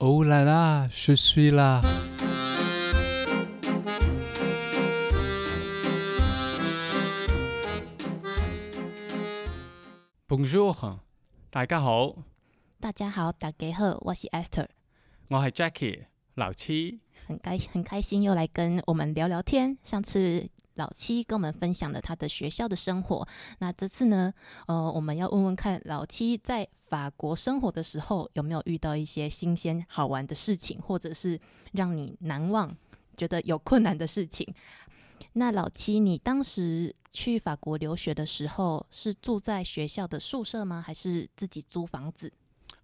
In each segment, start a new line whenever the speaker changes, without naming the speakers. Oh là là, je suis là. Bonjour，大家好，
大家好，打给贺，我是 Esther，
我係 Jackie 老七。
很开很开心又来跟我们聊聊天。上次老七跟我们分享了他的学校的生活，那这次呢，呃，我们要问问看老七在法国生活的时候有没有遇到一些新鲜好玩的事情，或者是让你难忘、觉得有困难的事情。那老七，你当时去法国留学的时候是住在学校的宿舍吗？还是自己租房子？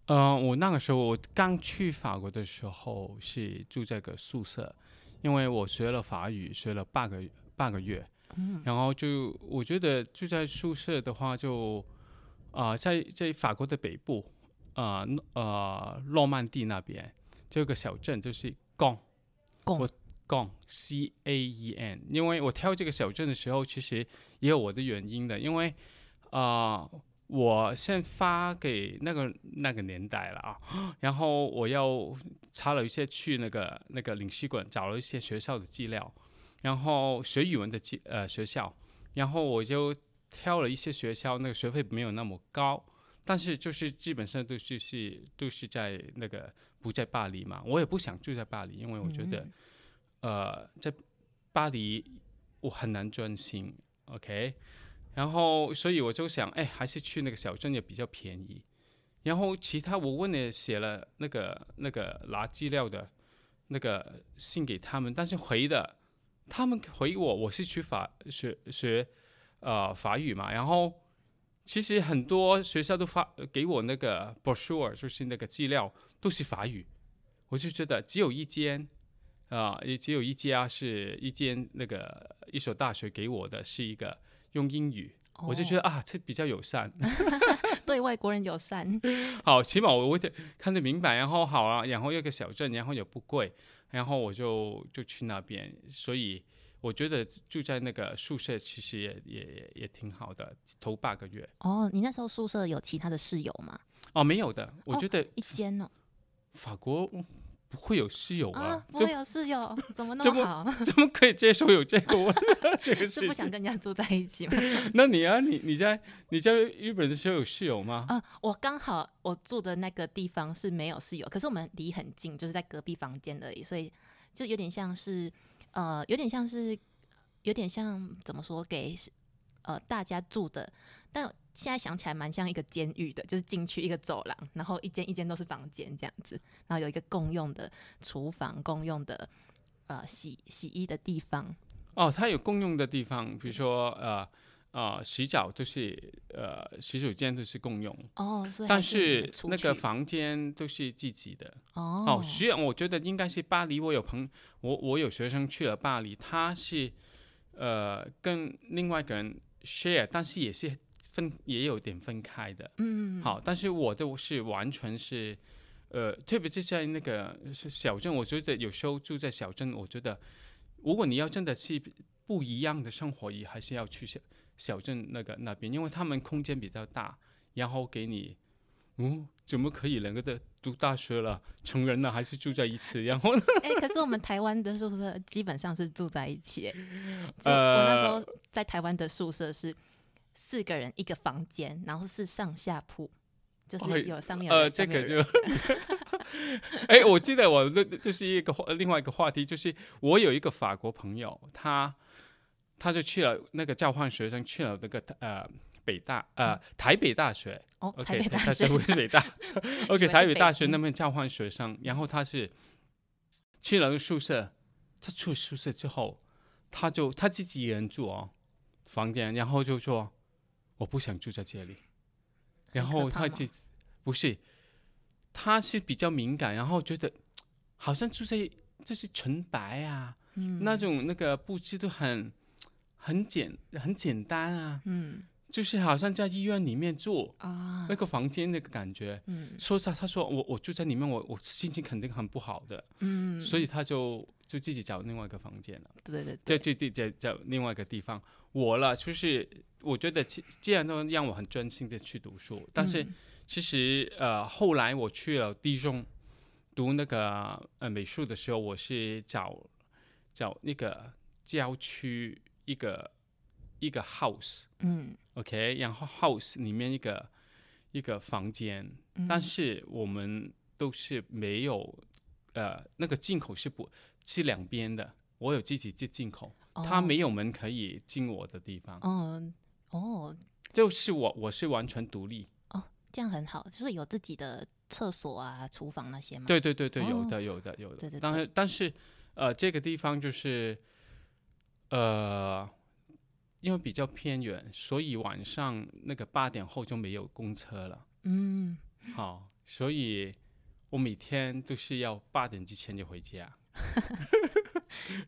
呃，我那个时候我刚去法国的时候是住这个宿舍，因为我学了法语，学了八个八个月，嗯，然后就我觉得住在宿舍的话就，啊、在在法国的北部，啊呃诺曼底那边，这个小镇就是贡
共
我 Caen C A E N，因为我挑这个小镇的时候，其实也有我的原因的，因为啊、呃我先发给那个那个年代了啊，然后我要查了一些去那个那个领事馆找了一些学校的资料，然后学语文的资呃学校，然后我就挑了一些学校，那个学费没有那么高。但是就是基本上都是是都是在那个不在巴黎嘛，我也不想住在巴黎，因为我觉得呃，在巴黎我很难专心，OK，然后所以我就想，哎，还是去那个小镇也比较便宜。然后其他我问了写了那个那个拿资料的那个信给他们，但是回的他们回我我是去法学学呃法语嘛，然后其实很多学校都发呃给我那个 brochure，就是那个资料都是法语，我就觉得只有一间啊、也只有一家是一间那个一所大学给我的是一个用英语，我就觉得啊，这比较友善。
哦 对外国人友善，
好，起码我我得看得明白，然后好啊，然后又一个小镇，然后也不贵，然后我就就去那边，所以我觉得住在那个宿舍其实也也也也挺好的，头八个月
哦，你那时候宿舍有其他的室友吗？
哦，没有的，我觉得
一间哦，
法国嗯不会有室友
啊
啊，，
不
就
会有室友，怎么
这
那
不
么好？
怎么可以接受有这个问题？这个
是
事
不想
情？
跟人家住在一起吗？
那你啊，你你在你在日本的时候有室友吗？
啊，我刚好我住的那个地方是没有室友，可是我们离很近，就是在隔壁房间而已，所以就有点像是呃，有点像是有点像怎么说给呃大家住的，但现在想起来蛮像一个监狱的，就是进去一个走廊，然后一间一间都是房间这样子，然后有一个共用的厨房，共用的呃洗洗衣的地方，
哦，它有共用的地方，比如说呃呃洗澡都是呃洗手间都是共用。
哦，所以
但
还是你们
是
出
那个
去
房间都是自己的
哦
哦。虽然我觉得应该是巴黎，我有朋我我有学生去了巴黎，他是呃跟另外一个人 share，但是也是分也有点分开的。
嗯，
好，但是我的是完全是呃，特别是在那个是小镇，我觉得有时候住在小镇，我觉得如果你要真的去不一样的生活，也还是要去小小镇那个那边，因为他们空间比较大，然后给你，嗯，怎么可以两个的读大学了，成人了还是住在一起？然后呢，
哎、可是我们台湾的宿舍基本上是住在一 起耶，就我那时
呃
候在台湾的宿舍是四个人一个房间，然后是上下铺，就
哎
是有上面有人、
呃，
下
这
面
个
有
就
人，
哎，我记得我的就是一个话另外一个话题，就是我有一个法国朋友，他他就去了那个交换学生，去了那个呃北大
嗯
呃台北大学
哦，台
，OK，
北大
他
学
他不是北大
以为
，OK，
是
台北
北
大学
嗯
那边交换学生，然后他是去了个宿舍，他去了宿舍之后，他就他自己一个人住哦房间，然后就说我不想住在这里，然
很可
后
怕
他
吗
就不是，他是比较敏感，然后觉得好像住在就是纯白啊，
嗯
那种那个布置都很很简很简单啊，
嗯
就是好像在医院里面住
啊
那个房间那个感觉。
嗯
说他他说我我住在里面，我我心情肯定很不好的，
嗯，
所以他就就自己找另外一个房间了，
对对
在
对，
这地在在另外一个地方。我了，就是我觉得既既然都让我很专心的去读书，但是
嗯
其实呃后来我去了地中，读那个呃美术的时候，我是找找那个郊区一个一个 house，OK，、
嗯，
然后 house 里面一个一个房间，
嗯
但是我们都是没有呃那个进口是不是两边的，我有自己进进口，他
哦
没有门可以进我的地方，
嗯，哦，
就是我我是完全独立。
这样很好，就是有自己的厕所啊、厨房那些嘛。，
对对对对，有
哦
的有的有的。
对对
但
对
是但是呃，这个地方就是呃，因为比较偏远，所以晚上那个八点后就没有公车了。
嗯，
好、所以我每天都是要八点之前就回家。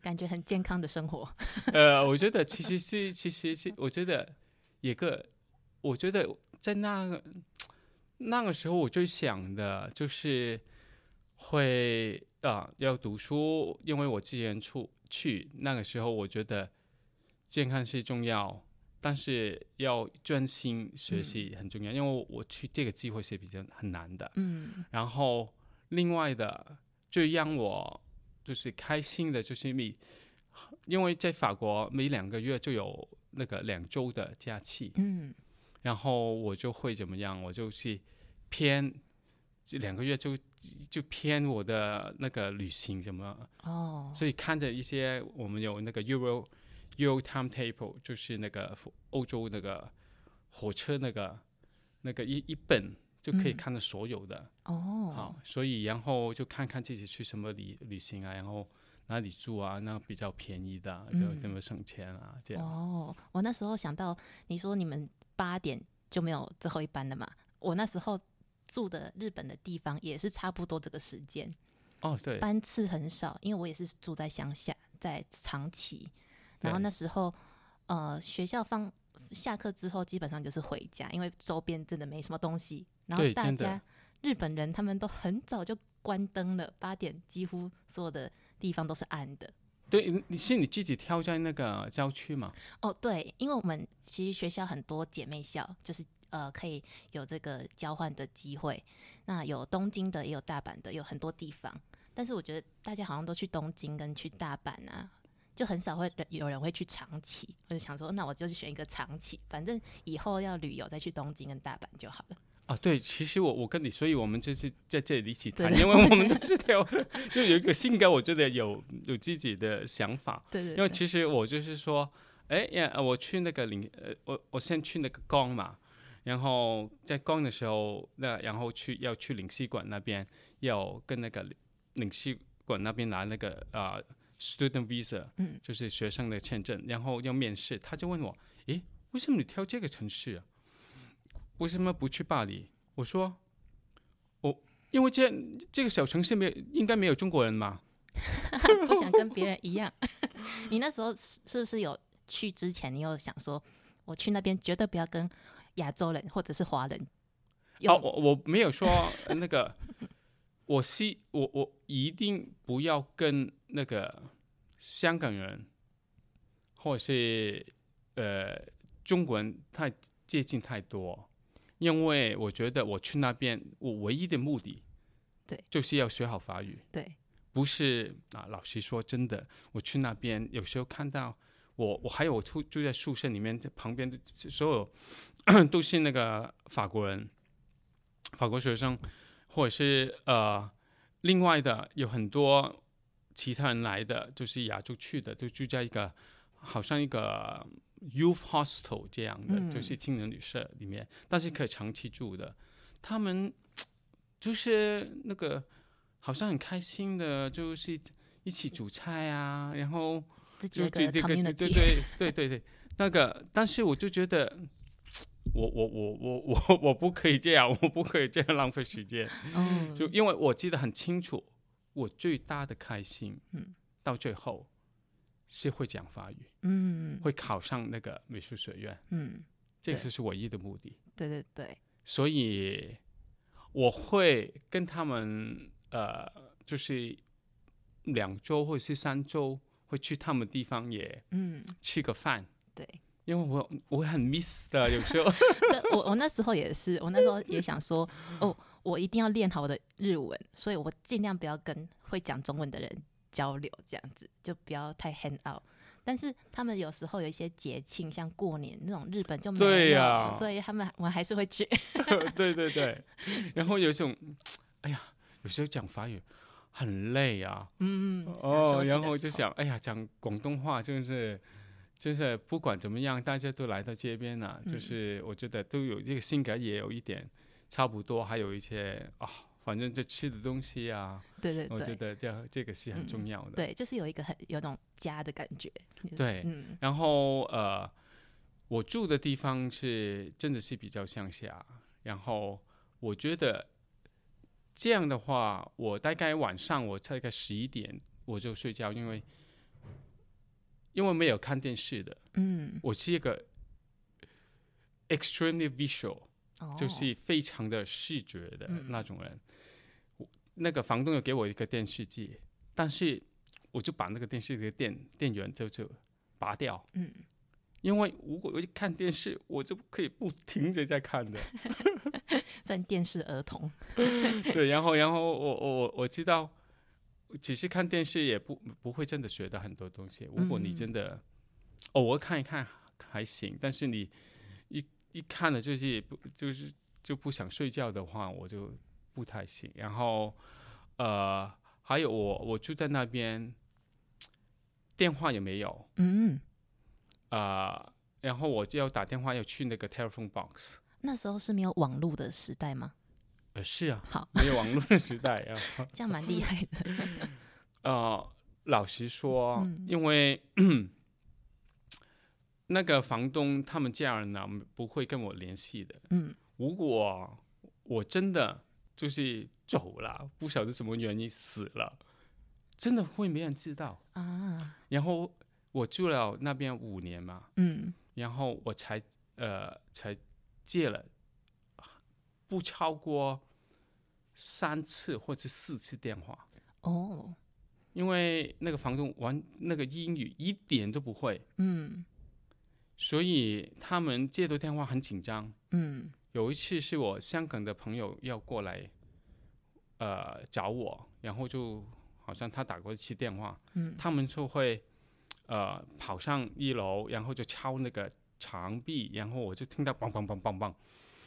感觉很健康的生活。
呃，我觉得其实是，其实是，我觉得一个，我觉得在那个那个时候，我最想的就是会啊、要读书，因为我之前出去那个时候，我觉得健康是重要，但是要专心学习很重要，因为我去这个机会是比较很难的。
嗯
然后另外的最让我就是开心的，就是每因为在法国每两个月就有那个两周的假期，
嗯
然后我就会怎么样，我就是偏这两个月就就偏我的那个旅行什么，
哦，
所以看着一些我们有那个 Euro Euro timetable，就是那个欧洲那个火车那个那个一一本就可以
嗯
看到所有的。
哦，
好，所以然后就看看自己去什么旅旅行啊，然后哪里住啊，那比较便宜的啊，就怎
嗯
么省钱啊，这样。
哦，我那时候想到你说你们八点就没有最后一班了嘛，我那时候住的日本的地方也是差不多这个时间，
哦，对，
班次很少，因为我也是住在乡下，在长崎，然后
对
那时候呃学校放下课之后基本上就是回家，因为周边真的没什么东西，然后
对
大
真的
家日本人他们都很早就关灯了，八点几乎所有的地方都是暗的。
对，你是你自己挑在那个郊区嘛？
哦，对，因为我们其实学校很多姐妹校，就是呃可以有这个交换的机会。那有东京的，也有大阪的，有很多地方。但是我觉得大家好像都去东京跟去大阪啊，就很少会有人会去长崎。我就想说，那我就是选一个长崎，反正以后要旅游再去东京跟大阪就好了。
啊，对，其实我我跟你，所以我们就是在这里一起
对
谈，因为我们 都是挑，就有一个性格，我觉得有有自己的想法。
对对
因为其实我就是说，哎呀，我去那个领，呃，我我先去那个宫嘛，然后在宫的时候，那然后去要去领事馆那边，要跟那个领领事馆那边拿那个啊、呃 student visa，
嗯，
就是学生的签证，然后要面试，他就问我，诶，为什么你挑这个城市啊？为什么不去巴黎？我说，我因为这这个小城市没有应该没有中国人嘛，
不想跟别人一样。 你那时候是是不是有去之前，你有想说，我去那边绝对不要跟亚洲人或者是华人有？
哦，我我没有说呃那个，我希我我一定不要跟那个香港人或者是呃中国人太接近太多，因为我觉得我去那边我唯一的目的，
对，
就是要学好法语。
对，
不是啊，老实说，真的，我去那边有时候看到我，我还有我住住在宿舍里面，这旁边的所有都是那个法国人、法国学生，或者是呃，另外的有很多其他人来的，就是亚洲去的，都住在一个好像一个 youth hostel 这样的，
嗯
就是青年旅社里面，但是可以长期住的，他们就是那个。好像很开心的，就是一起煮菜啊，然后
自己有
就
一
就
个
这个对
community，
对对 对对对，那个，但是我就觉得，我我我我我我不可以这样，我不可以这样浪费时间，
嗯，
就因为我记得很清楚，我最大的开心，
嗯，
到最后是会讲法语，
嗯
会考上那个美术学院，
嗯，
这
对
就是唯一的目的。
对对对，
所以我会跟他们呃，就是两周或者是三周会去他们地方也
嗯
吃个饭，
对。
因为 我我很 miss 的，有时候
对我我那时候也是，我那时候也想说，哦，我一定要练好我的日文，所以我尽量不要跟会讲中文的人交流，这样子就不要太 hang out。但是他们有时候有一些节庆，像过年那种，日本就没有，
对呀
所以他们我还是会去。
对对对，然后有一种，哎呀，有时候讲法语很累啊，
嗯，
哦，然后就
想。
想，哎呀，讲广东话就是，就是不管怎么样，大家都来到街边了、啊就
嗯
是我觉得都有这个性格也有一点差不多，还有一些啊、反正就吃的东西啊，
对对嗯
我觉
对，
得这这个是很重要的。
对，就是有一个很有那种家的感觉。就是
对
嗯，
然后呃，我住的地方是真的是比较乡下，然后我觉得这样的话，我大概晚上我大概十一点我就睡觉，因为因为没有看电视的，
嗯，
我是一个 extremely visual，
哦
就是非常的视觉的
嗯
那种人。我那个房东有给我一个电视机，但是我就把那个电视机的电电源就就拔掉，
嗯，
因为如果我一看电视，我就可以不停着在看的。
算电视儿童。
对，然后然后我我我我知道，只是看电视也不不会真的学到很多东西。如果你
嗯
真的、偶尔看一看还行，但是你一一看了就是不就是就不想睡觉的话，我就不太行。然后呃，还有我我住在那边，电话也没有
嗯，
啊、然后我就要打电话要去那个 telephone box。
那时候是没有网络的时代吗？
呃，是啊，
好，
没有网络的时代啊。
这样蛮厉害 的。
呃，老实说，
嗯
因为 那个房东他们家人呢、不会跟我联系的。
嗯，
如果我真的就是走了，不晓得什么原因死了，真的会没人知道。
啊，
然后我住了那边五年嘛，
嗯，
然后我才呃才借了不超过三次或者四次电话。
哦，
因为那个房东完那个英语一点都不会，
嗯
所以他们接到电话很紧张。
嗯
有一次是我香港的朋友要过来，呃，找我，然后就好像他打过一次电话，
嗯，
他们就会呃跑上一楼，然后就敲那个墙壁，然后我就听到梆梆梆梆梆，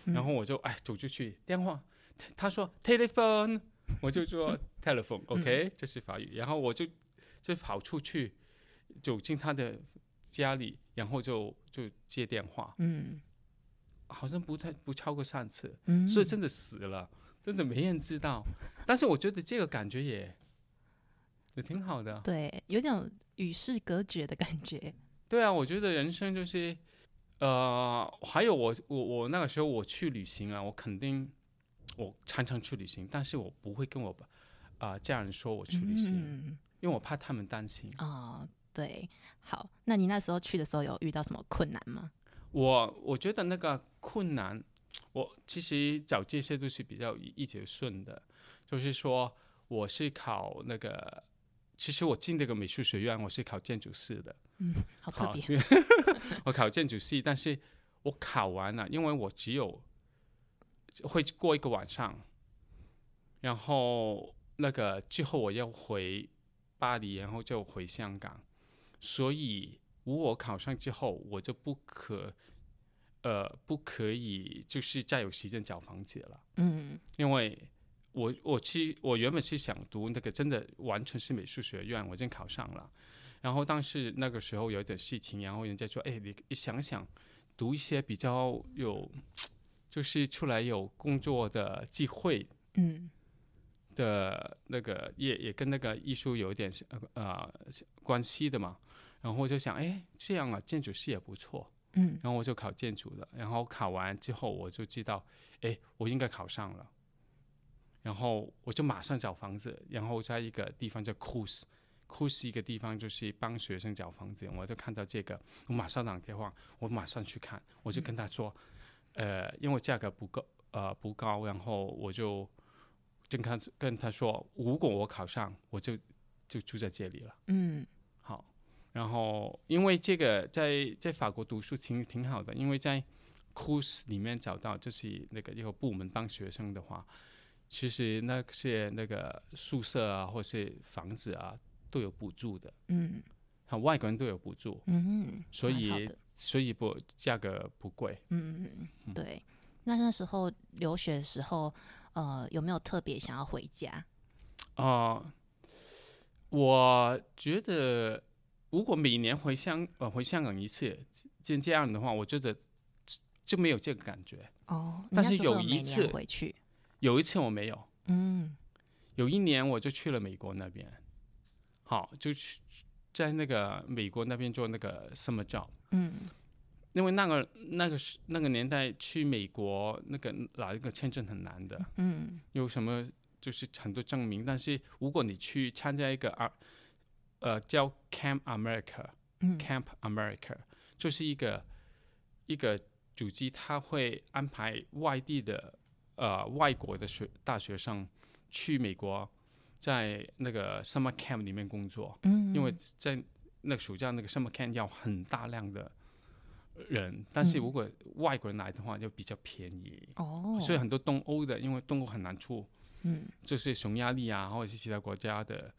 然后我就哎走出去，电话，他他说 telephone，我就说 telephone，OK，、这是法语，然后我就就跑出去，走进他的家里，然后就就接电话，
嗯
好像不太不超过三次，
嗯，
所以真的死了，真的没人知道，但是我觉得这个感觉也也挺好的。
对，有点与世隔绝的感觉。
对啊，我觉得人生就是，呃，还有我我我那个时候我去旅行啊，我肯定我常常去旅行，但是我不会跟我啊、家人说我去旅行，
嗯
因为我怕他们担心。
哦，对，好，那你那时候去的时候有遇到什么困难吗？
我我觉得那个困难，我其实找这些都是比较一一直顺的，就是说我是考那个，其实我进那个美术学院，我是考建筑师的。
嗯，好特别。
对 我考建筑系，但是我考完了，因为我只有会过一个晚上，然后那个之后我要回巴黎，然后就回香港，所以如果我考上之后，我就不可呃不可以就是再有时间找房子了。
嗯
因为我我其我原本是想读那个真的完全是美术学院，我真考上了。然后但是那个时候有点事情，然后人家说：“哎，你你想想，读一些比较有，就是出来有工作的机会
嗯
的那个，也也跟那个艺术有一点呃呃关系的嘛。”然后我就想，哎，这样啊，建筑系也不错。
嗯
然后我就考建筑了，然后考完之后我就知道，哎，我应该考上了，然后我就马上找房子，然后在一个地方叫 Cruise，Cruise 一个地方就是帮学生找房子，我就看到这个，我马上打电话，我马上去看，我就跟他说，呃，因为价格不够，呃不高，然后我就跟他跟他说，如果我考上，我就就住在这里了。
嗯
好，然后因为这个在在法国读书挺挺好的，因为在 c o u r s e 里面找到就是那个一个部门帮学生的话，其实那些那个宿舍啊，或是房子啊，都有补助的，
嗯
啊，外国人都有补助，
嗯，
所
蛮好
以
的
所以不价格不贵。
嗯嗯嗯，对。那那时候留学的时候，呃，有没有特别想要回家？
啊、我觉得如果每年回香呃回香港一次，见这样的话，我觉得就没有这个感觉。
哦，
但是
你那时候
有一
每
次
年回去，
有一次我没有，
嗯
有一年我就去了美国那边，好就去在那个美国那边做那个 summer job，
嗯
因为那个那个时那个年代去美国那个拿一个签证很难的，
嗯
有什么就是很多证明，但是如果你去参加一个啊呃叫 Camp America。
嗯
Camp America，就是一个一个组织，他会安排外地的呃外国的学大学生去美国，在那个 summer camp 里面工作，
嗯，
因为在那个暑假那个 summer camp 要很大量的人，但是如果外国人来的话就比较便宜，
嗯哦，
所以很多东欧的，因为东欧很难出，
嗯
就是匈牙利啊，或者是其他国家的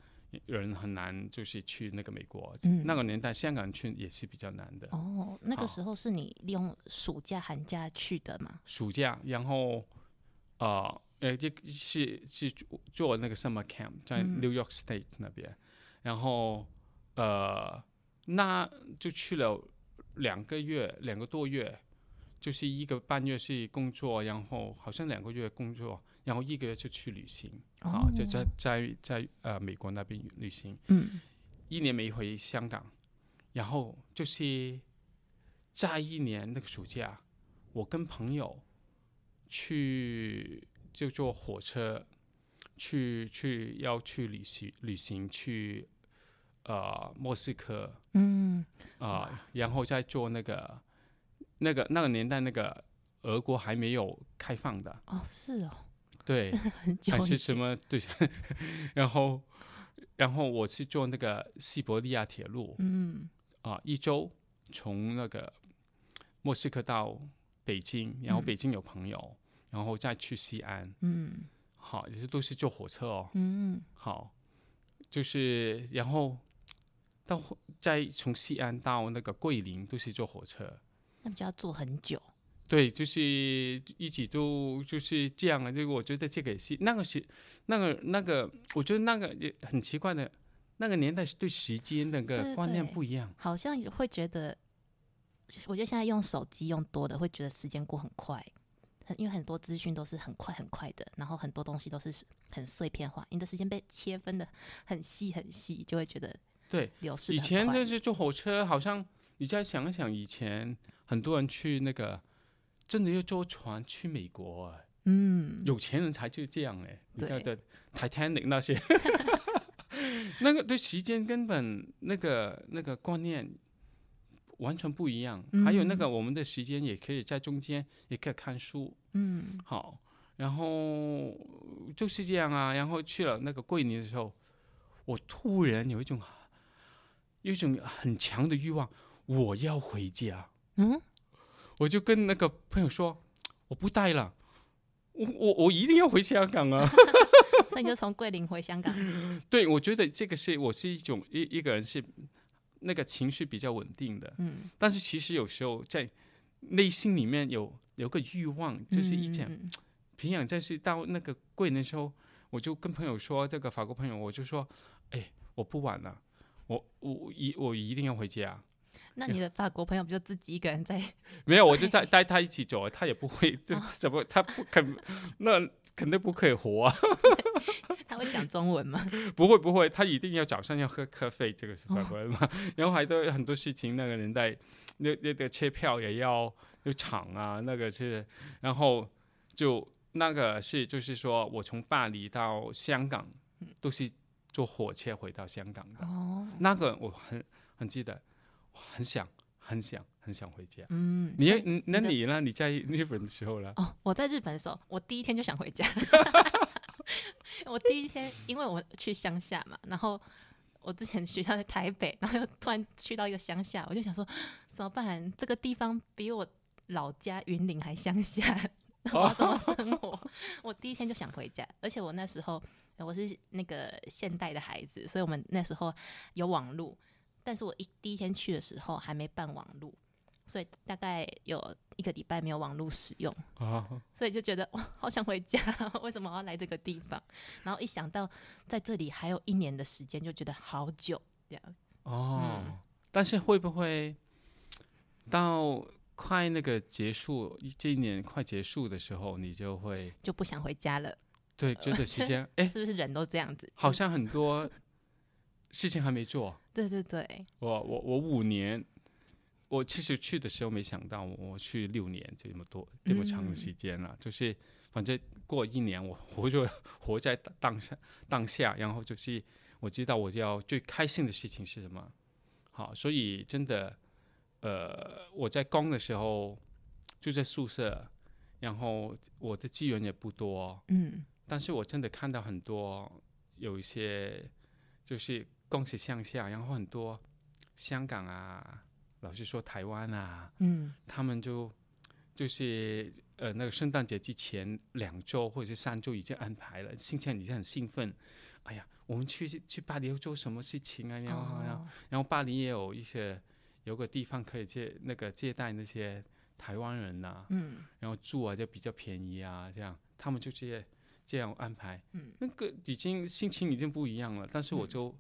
人很难，就是去那个美国。
嗯
那个年代，香港去也是比较难的。
哦，那
好
个时候是你利用暑假寒假去的吗？
暑假，然后呃，呃，就是是做做那个 summer camp，在
嗯
New York State 那边，然后呃，那就去了两个月，两个多月。就是一个半月是工作，然后好像两个月工作，然后一个月就去旅行，啊，
哦
就在在在呃美国那边旅行，
嗯
一年没回香港，然后就是再一年那个暑假，我跟朋友去就坐火车去去要去旅行旅行去呃莫斯科
嗯
啊、然后再坐那个那个那个年代那个俄国还没有开放的，
哦是哦，
对，
很久
还
以
是什
前
么对， 然后然后我是坐那个西伯利亚铁路，
嗯
啊、一周从那个莫斯科到北京，然后
嗯
北京有朋友，然后再去西安，
嗯
好，也是都是坐火车哦，
嗯
好，就是然后到后再从西安到那个桂林都是坐火车，
那就要做很久，
对，就是一直都就是这样啊。这个我觉得这个也是那个是那个那个，我觉得那个也很奇怪的，那个年代是对时间那
对
个
对
观念
对
不一样。
好像也会觉得，我觉得现在用手机用多了，会觉得时间过很快，很因为很多资讯都是很快很快的，然后很多东西都是很碎片化，你的时间被切分的很细很细，就会觉得
对
流逝
以
得很
前
快
就是坐火车，好像你再想一想，以前很多人去那个，真的要坐船去美国、啊，
嗯
有钱人才就这样哎、你看
对
的 Titanic 那些， 那个对时间根本那个那个观念完全不一样。还有那个我们的时间也可以在中间，也可以看书，
嗯
好，然后就是这样啊。然后去了那个桂林的时候，我突然有一种有一种很强的欲望，我要回家。
嗯，
我就跟那个朋友说，我不待了，我我我一定要回香港啊。
所以你就从桂林回香 港，嗯
对，我觉得这个是我是一种一一个人是那个情绪比较稳定的，
嗯，
但是其实有时候在内心里面有有个欲望，就是一种
嗯嗯
平壤站是到那个桂林的时候，我就跟朋友说，这个法国朋友，我就说，哎，我不玩了，我我我一我一定要回家。
嗯那你的法国朋友不就自己一个人在？
没有，我就带带他一起走，他也不会，就怎么他不肯，那肯定不可以活啊！
他会讲中文吗？
不会不会，他一定要早上要喝咖啡，这个是法国人 嘛。然后还都有很多事情，那个年代那那个车票也要有场啊，那个是，然后就那个是就是说我从巴黎到香港都是坐火车回到香港的，
哦，
那个我很很记得，我很想很想很想回家。
嗯，
你
所以
你那
你的
你呢？你在日本的时候呢？
哦，我在日本的时候，我第一天就想回家。我第一天，因为我去乡下嘛，然后我之前学校在台北，然后又突然去到一个乡下，我就想说怎么办？这个地方比我老家云林还乡下，那我要怎么生活？ 我第一天就想回家，而且我那时候我是那个现代的孩子，所以我们那时候有网路，但是我一第一天去的时候还没办网路，所以大概有一个礼拜没有网路使用，
啊，
所以就觉得 哇，好想回家，为什么我要来这个地方？然后一想到在这里还有一年的时间，就觉得好久这样。
哦，但是会不会到快那个结束这一年快结束的时候，你就会
就不想回家了，
对觉得时 间哎、
是不是人都这样子？
好像很多事情还没做。
对对对，
我我我五年，我其实去的时候没想到我我去六年这么多这么长的时间了，就是反正过一年我我就 活在当当下当下，然后就是我知道我要最开心的事情是什么。好，所以真的，呃，我在工的时候住在宿舍，然后我的资源也不多，
嗯，
但是我真的看到很多有一些就是呃恭喜向下，然后很多香港啊，老实说台湾啊，
嗯，
他们就就是呃那个圣诞节之前两周或者是呃三周已经安排了，现在已经很兴奋，哎呀，我们去去巴黎要做什么事情啊？然后、然后
哦，
然后巴黎也有一些有个地方可以接那个接待那些台湾人呐、
嗯，
然后住啊就比较便宜啊，这样他们就直接这样安排，
嗯，
那个已经心情已经不一样了，但是我就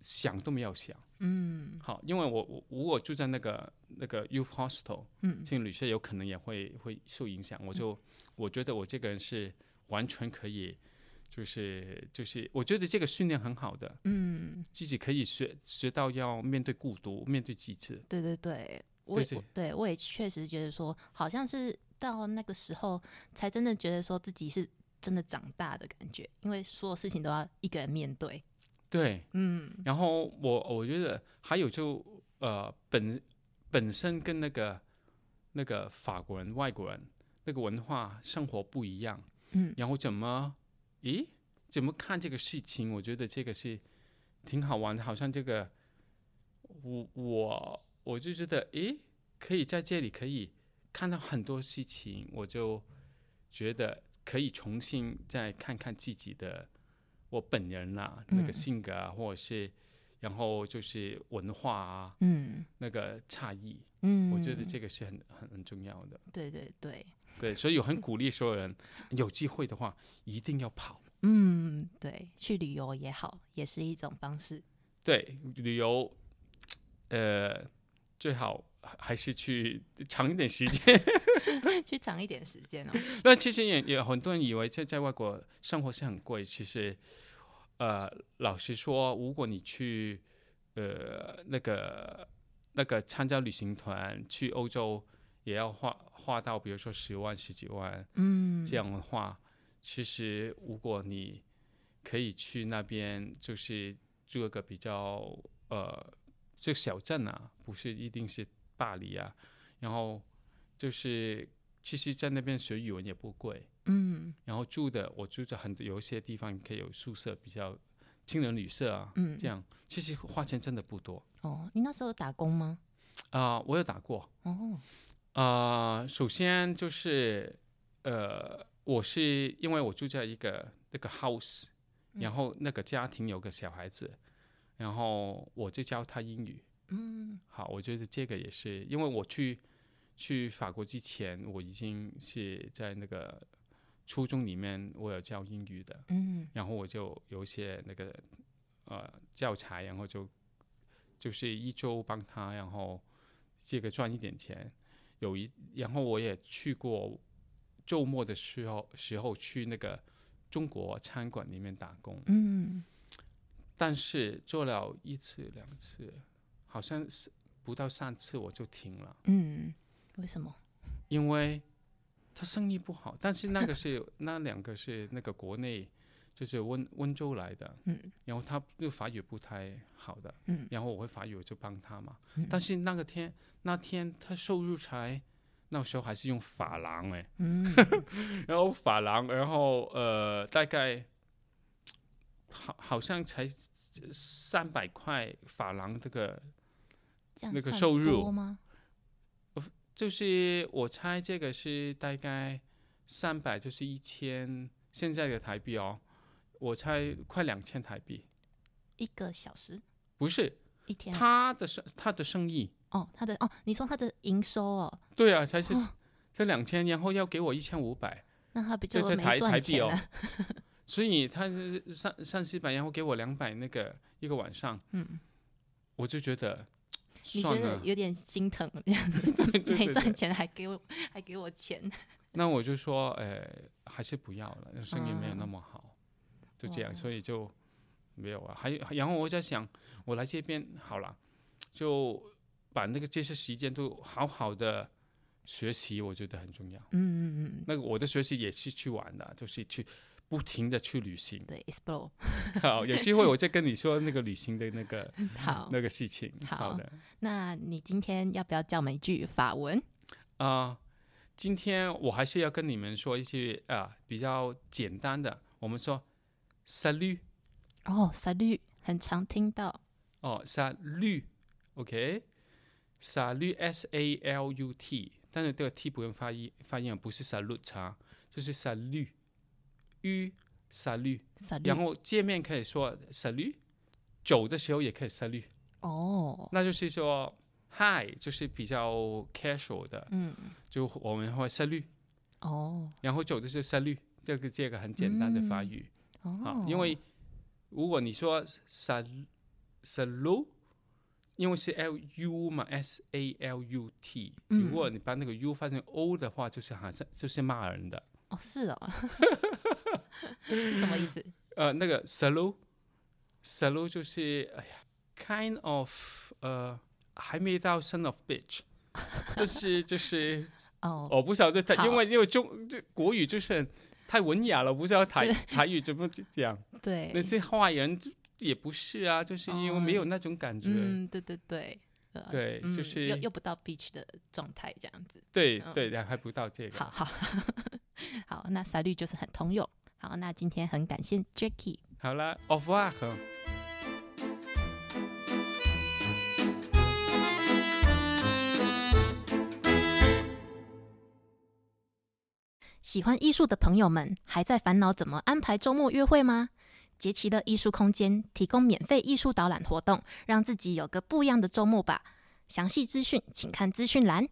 想都没有想，
嗯，
好，因为我我如果住在那个那个 youth hostel，
嗯，
青旅社有可能也会会受影响，我就、我觉得我这个人是完全可以。就是就是，我觉得这个训练很好的，
嗯，
自己可以学学到要面对孤独，面对极致。
对对对，我也
对对
对我也确实觉得说，好像是到那个时候才真的觉得说自己是真的长大的感觉，因为所有事情都要一个人面对。
对，
嗯
然后我我觉得还有就呃本本身跟那个那个法国人外国人那个文化生活不一样，
嗯
然后怎么咦怎么看这个事情？我觉得这个是挺好玩的，好像这个我我我就觉得诶可以在这里可以看到很多事情，我就觉得可以重新再看看自己的我本人啦、那个
嗯
性格啊，或者是然后就是文化啊
嗯
那个差异，
嗯，
我觉得这个是很很很重要的。
对对对，
对，所以我很鼓励所有人，有机会的话一定要跑。
嗯对，去旅游也好，也是一种方式。
对，旅游，呃，最好还还是去长一点时 间。
去长一点时间哦。
那其实也也很多人以为在在外国生活是很贵，其实，呃，老实说，如果你去呃那个那个参加旅行团去欧洲，也要花花到比如说十万十几万
嗯，
这样的话，其实如果你可以去那边，就是住一个比较呃，就小镇啊，不是一定是巴黎啊，然后就是其实，在那边学语文也不贵，
嗯
然后住的我住的很有一些地方可以有宿舍，比较青人旅社啊，
嗯，
这样其实花钱真的不多
哦，你那时候有打工吗？
啊、我有打过，
哦，
啊，首先就是呃，我是因为我住在一个那个 house，然后那个家庭有个小孩子，然后我就教他英语。
嗯
好，我觉得这个也是，因为我去去法国之前，我已经是在那个初中里面我有教英语的，
嗯
然后我就有一些那个呃教材，然后就就是一周帮他，然后这个赚一点钱。有一，然后我也去过周末的时候时候去那个中国餐馆里面打工，
嗯
但是做了一次两次，好像是不到三次我就停了，
嗯，为什么？
因为他生意不好。但是那个是那两个是那个国内，就是温温州来的，
嗯
然后他就法语不太好的，
嗯
然后我会法语我就帮他嘛。但是那个天那天他收入才那时候还是用法郎哎，
嗯
然后法郎，然后呃大概好好像才三百块法郎这个。
这样
那个
算
收入哦
多吗？
就是我猜这个是大概三百就是一千，现在的台币哦，我猜快两千台币，
一个小时
不是
一天
他的生他的生意，
哦，他的哦，你说他的营收哦，
对啊，才是这两千，然后要给我一千五百，
那他不
这
就
这台
没
台
赚
币
钱
哦
了？。
所以他是上上西版，然后给我两百那个一个晚上，
嗯，
我就觉得
你觉
算
得
了，
有点心疼这样子
对对
没
对
赚
对
钱还给我还给我钱，
那我就说，呃，还是不要了，生意没有那
嗯
么好，就这样，
哦
所以就没有啊。还有，然后我在想，我来这边好了，就把那个这些时间都好好的学习，我觉得很重要。
嗯嗯嗯，。
那个我的学习也是去玩的，就是去不停的去旅行
对，explore
好，有机会我再跟你说那个旅行的那个
好。
那个事情。好
好
的
那你今天要不要教我们一句法文？
啊、今天我还是要跟你们说一些啊、比较简单的，我们说 salut
哦，salut，很常听到。
哦，salut，OK，salut、s a l u t，但是这个 t 不用发音发音啊，不是 salut 啊，就是 salut，u salut，然
salut，
后见面可以说 salut，走的时候也可以 salut，
哦，
那就是说 hi，就是比较 casual 的，
嗯，
就我们会 salut。
哦，
然后走的是三律，这个这个很简单的法语、
哦
啊。，因为如果你说 sal salu，因为是 l u 嘛，s a l u t，、
嗯
如果你把那个 u 发成 o 的话，就是好像就是骂人的。
哦是 哦，是什么意思？
呃，那个 salu salu 就是哎呀，kind of 呃，还没到 son of bitch。但 是就是
哦，
我不晓得他，
好
因为因为中这国语就是很太文雅了，我不知道台台语怎么讲。
对
那，些坏人就也不是啊，就是因为没有那种感觉。
哦嗯，对对对，呃
对就
嗯
是
又又不到 beach 的状态这样子。
对
嗯
对，还不到这
好
个。
好好，那 salut 就是很通用。好，那今天很感谢 Jacky。
好了，au revoir。
喜欢艺术的朋友们，还在烦恼怎么安排周末约会吗？杰奇的艺术空间提供免费艺术导览活动，让自己有个不一样的周末吧。详细资讯请看资讯栏。